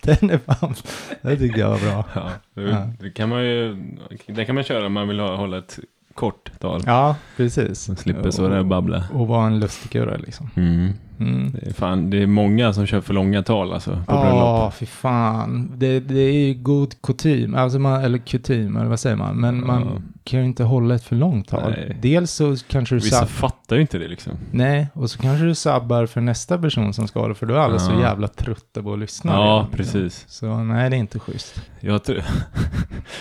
A: Den är fan, det tyckte jag var bra.
B: Ja, det,
A: Ja.
B: det kan man ju... Det kan man köra om man vill ha, hålla ett kort tal.
A: Ja, precis.
B: Så slipper så där babbla.
A: Och vara en lustigkurre liksom.
B: Mm.
A: Mm.
B: Det är, fan, det är många som kör för långa tal alltså på
A: Ja,
B: bröllop.
A: fy fan. Det, det är ju god kutym, alltså man, eller kutym, eller vad säger man? Men man
B: Ja.
A: kan ju inte hålla ett för långt tal.
B: Nej.
A: Dels så kanske du
B: Vissa
A: sabbar,
B: fattar ju inte det liksom.
A: nej, och så kanske du sabbar för nästa person som ska hålla, för då är alla så
B: Ja.
A: jävla trötta på att lyssna.
B: Ja,
A: redan.
B: precis.
A: Så nej, det är inte schysst.
B: Jag tror...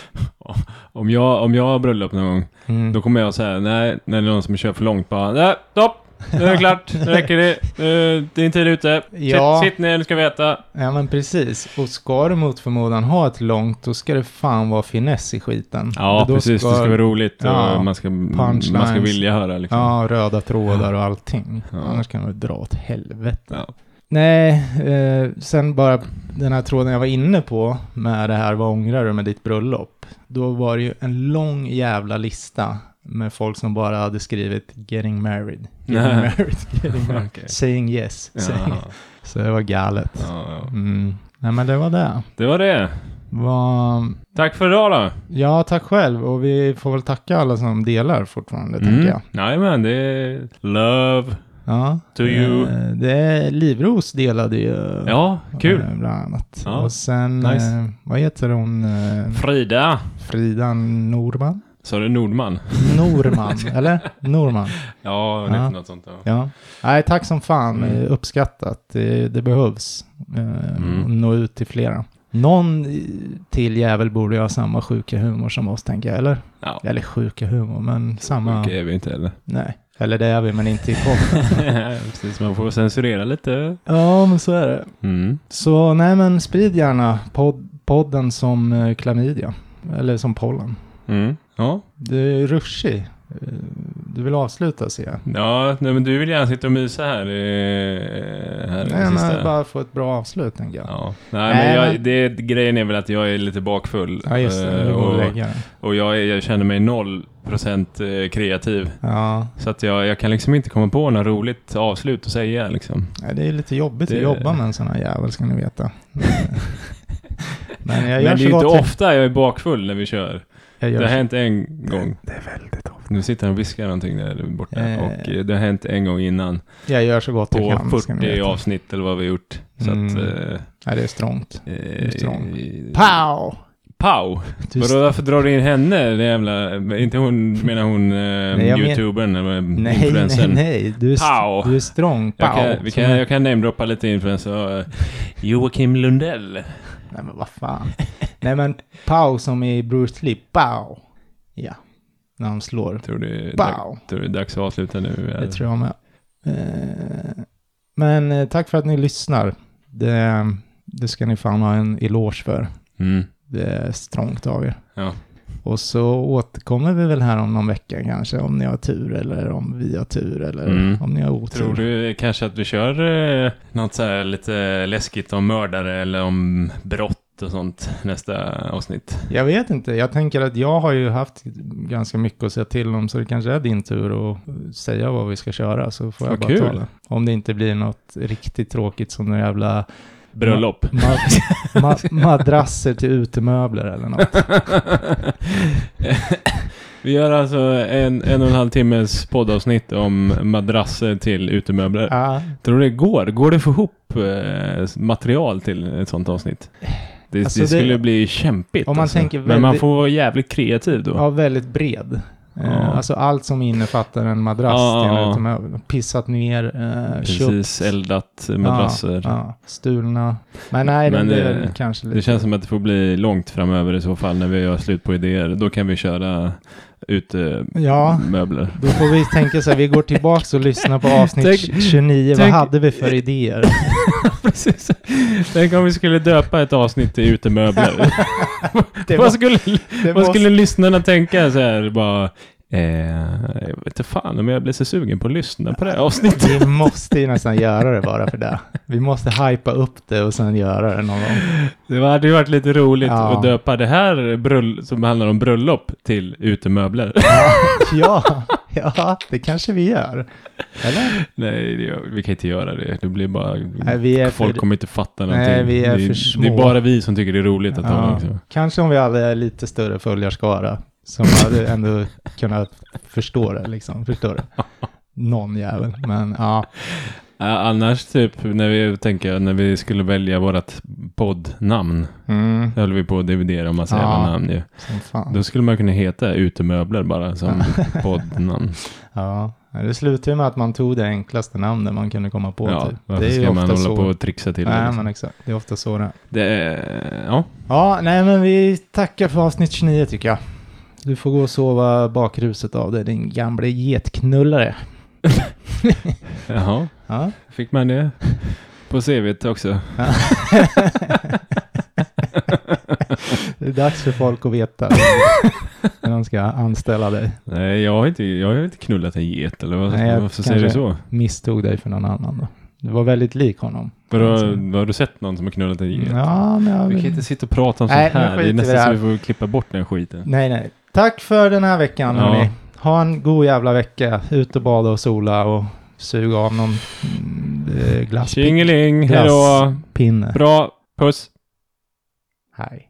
B: om, jag, om jag har bröllop någon gång,
A: Mm.
B: då kommer jag säga nej, när det är någon som kör för långt, bara nej, stopp! Nu är det klart, nu räcker det. Eh, Din tid är ute.
A: Ja.
B: Sitt, sitt ner, du ska veta.
A: Ja, men precis. Och ska du mot förmodan ha ett långt, då ska det fan vara finess i skiten.
B: Ja,
A: Då
B: precis. Det ska vara roligt och
A: Ja,
B: man, ska, man
A: punchlines.
B: ska vilja höra liksom.
A: Ja, röda trådar och allting.
B: Ja.
A: Annars kan man dra åt helvete.
B: Ja.
A: Nej, eh, sen bara den här tråden jag var inne på med det här vad ångrar du med ditt bröllop? Då var det ju en lång jävla lista med folk som bara hade skrivit getting married, getting
B: Nej.
A: married, getting married,
B: Okej.
A: saying yes,
B: Ja.
A: saying yes. Så det var galet.
B: Ja, ja.
A: Mm. Nej men det var det.
B: Det var det.
A: Vad-
B: Tack för idag då.
A: Ja, tack själv. Och vi får väl tacka alla som delar fortfarande, tänker jag.
B: Mm. Nej men det är love.
A: Ja.
B: To you.
A: Eh, Det är Livros delade ju.
B: Ja, kul.
A: eh, Bland annat.
B: Ja,
A: Och sen,
B: nice.
A: eh, vad heter hon? eh,
B: Frida.
A: Frida Norman?
B: Sa du Nordman?
A: Norman, eller? Norman.
B: Ja,
A: Ja.
B: lite något sånt. Ja.
A: Ja. Nej, tack som fan.
B: Mm.
A: Eh, Uppskattat. Det, det behövs. Eh,
B: Mm.
A: att Nå ut till flera. Någon eh, till jävel borde ju ha samma sjuka humor som oss, tänker jag. Eller?
B: Ja.
A: Eller sjuka humor, men samma.
B: Okej, är vi inte heller.
A: Nej. Eller det är vi, men inte i podden.
B: Precis, man får censurera lite.
A: ja, men så är det.
B: Mm.
A: Så nej, men sprid gärna pod- podden som eh, klamydia. Eller som pollen.
B: Mm. Ja.
A: Du är ruschig. Eh, Du vill avsluta, ser jag.
B: ja, nej, men du vill gärna sitta och mysa här. eh, här i
A: Nej,
B: sista.
A: men bara få ett bra avslut, tänker jag.
B: Ja. Nej,
A: Nej,
B: men jag,
A: men-
B: det, grejen är väl att jag är lite bakfull.
A: Ja, just det.
B: eh,
A: Du går och
B: och
A: lägger den.
B: och jag, är- jag känner mig 0% eh, kreativ.
A: Ja,
B: Så att jag, jag kan liksom inte komma på något roligt avslut att säga liksom.
A: nej, det är lite jobbigt
B: Det-
A: att jobba med en sån här jävel, ska ni veta. men jag gör
B: Men det är
A: så
B: ju inte
A: gott jag,
B: ofta jag är bakfull när vi kör.
A: jag
B: Det
A: gör.
B: har
A: så-
B: hänt en gång.
A: Det är väldigt ofta.
B: Nu sitter han och viskar någonting där borta.
A: Eh.
B: Och eh, det har hänt en gång innan.
A: Jag gör så gott jag
B: På
A: kan, ska ni
B: 40
A: veta.
B: avsnitt eller vad vi gjort. Så
A: Mm.
B: att... Eh,
A: Nej, det är strångt.
B: eh,
A: Strong.
B: eh,
A: Pow!
B: Pow!
A: Du
B: Vadå, varför drar du in henne? Det jävla... Inte hon, menar hon eh,
A: jag men-
B: youtubern eller
A: Nej, nej,
B: influencern?
A: nej. Du är,
B: Pow.
A: du är strong. Pow.
B: Jag kan, vi
A: Som
B: kan,
A: är-
B: jag kan namedroppa lite influencer. Eh, Joakim Lundell.
A: Nej, men vad fan. nej, men pow som i Bruce Lee. Pow. Ja, när han slår.
B: Tror du,
A: Pow.
B: tror du det är dags att avsluta nu?
A: Det
B: eller?
A: tror jag med. Eh, Men eh, tack för att ni lyssnar. Det, det ska ni fan ha en eloge för.
B: Mm.
A: Det är strångt av er.
B: Ja.
A: Och så återkommer vi väl här om någon vecka kanske, om ni har tur eller om vi har tur eller
B: Mm.
A: om ni har otur.
B: Tror du kanske att vi kör eh, något så här lite läskigt om mördare eller om brott och sånt nästa avsnitt?
A: Jag vet inte, jag tänker att jag har ju haft ganska mycket att säga till om, så det kanske är din tur att säga vad vi ska köra, så får jag
B: Vad
A: bara
B: kul.
A: ta det. Om det inte blir något riktigt tråkigt som några jävla
B: Bröllop.
A: ma- ma- madrasser till utemöbler eller något.
B: vi gör alltså en, en och en halv timmes poddavsnitt om madrasser till utemöbler.
A: Ja,
B: Tror du det går? Går det att få ihop eh, material till ett sånt avsnitt? Det,
A: Alltså,
B: det
A: det-
B: skulle bli kämpigt. alltså.
A: Om man tänker
B: Men man
A: väldigt-
B: får vara jävligt kreativ då.
A: ja, väldigt bred. Eh,
B: Ja.
A: Alltså allt som innefattar en madrass
B: Ja,
A: till en
B: ja.
A: utemöbel. Pissat ner, eh, köpt.
B: Precis, eldat madrasser.
A: Ja, stulna. Men nej,
B: Men
A: men det, är
B: det-
A: väl kanske lite...
B: Det känns som att det får bli långt framöver i så fall när vi gör slut på idéer. Då kan vi köra ut eh,
A: Ja,
B: möbler.
A: Då får vi tänka så här, vi går tillbaka och lyssnar på avsnitt
B: Tänk-
A: 29.
B: tänk-
A: Vad hade vi för idéer?
B: Precis. Tänk om vi skulle döpa ett avsnitt till utemöbler.
A: Det var,
B: vad skulle,
A: det
B: vad
A: var-
B: skulle lyssnarna tänka så här bara? Eh, jag vet inte fan om jag blir så sugen på att lyssna på det här avsnittet.
A: Vi måste ju nästan göra det bara för det. Vi måste hypa upp det och sen göra det någon gång.
B: Det hade ju varit lite roligt
A: Ja.
B: att döpa det här bröll- som handlar om bröllop till utemöbler.
A: Ja, ja det kanske vi gör. Eller?
B: Nej, det gör, vi kan inte göra det. Det blir bara...
A: Nej, vi är
B: folk
A: för...
B: kommer inte fatta någonting.
A: Nej, vi är
B: det,
A: för små.
B: det är bara vi som tycker det är roligt att ha
A: Ja,
B: liksom.
A: kanske om vi hade lite större följarskara. Som hade ändå kunnat förstå det liksom, förstå det. Någon jävel, men ja.
B: Ja, annars typ när vi, tänker jag, när vi skulle välja vårt poddnamn.
A: Mm,
B: Då höll vi på att dividera om massa
A: Ja.
B: jävla namn ju.
A: som fan.
B: Då skulle man kunna heta utemöbler bara som poddnamn.
A: Ja, men det slutade ju med att man tog det enklaste namnet man kunde komma på.
B: ja,
A: typ.
B: varför
A: Det är ju
B: ska man
A: ofta så.
B: hålla på och trixa till det?
A: Nej,
B: Liksom?
A: men exakt. Det är ofta så det är.
B: det är, ja,
A: Ja, nej men vi tackar för avsnitt 29 tycker jag. Du får gå och sova bakruset av dig, din gamla getknullare.
B: jaha.
A: Ja.
B: Fick man det på CVt också?
A: Det är dags för folk att veta när de ska anställa dig.
B: Nej, jag har inte, jag har inte knullat en get eller vad,
A: Nej, jag
B: varför säger du
A: kanske-
B: så?
A: Misstog dig för någon annan då. Du var väldigt lik honom. Alltså.
B: Vadå, har du sett någon som har knullat en get?
A: Ja, men jag...
B: Vi kan inte sitta och prata om sånt
A: Nej, nu
B: här. Det
A: skiter
B: är
A: vi i det
B: nästan
A: här.
B: så vi får klippa bort den skiten.
A: Nej, nej. Tack för den här veckan
B: Ja.
A: hörni. Ha en god jävla vecka. Ut och bada och sola och suga av någon mm, eh, glasspinne.
B: Tjingeling, hejdå! Bra, puss!
A: Hej.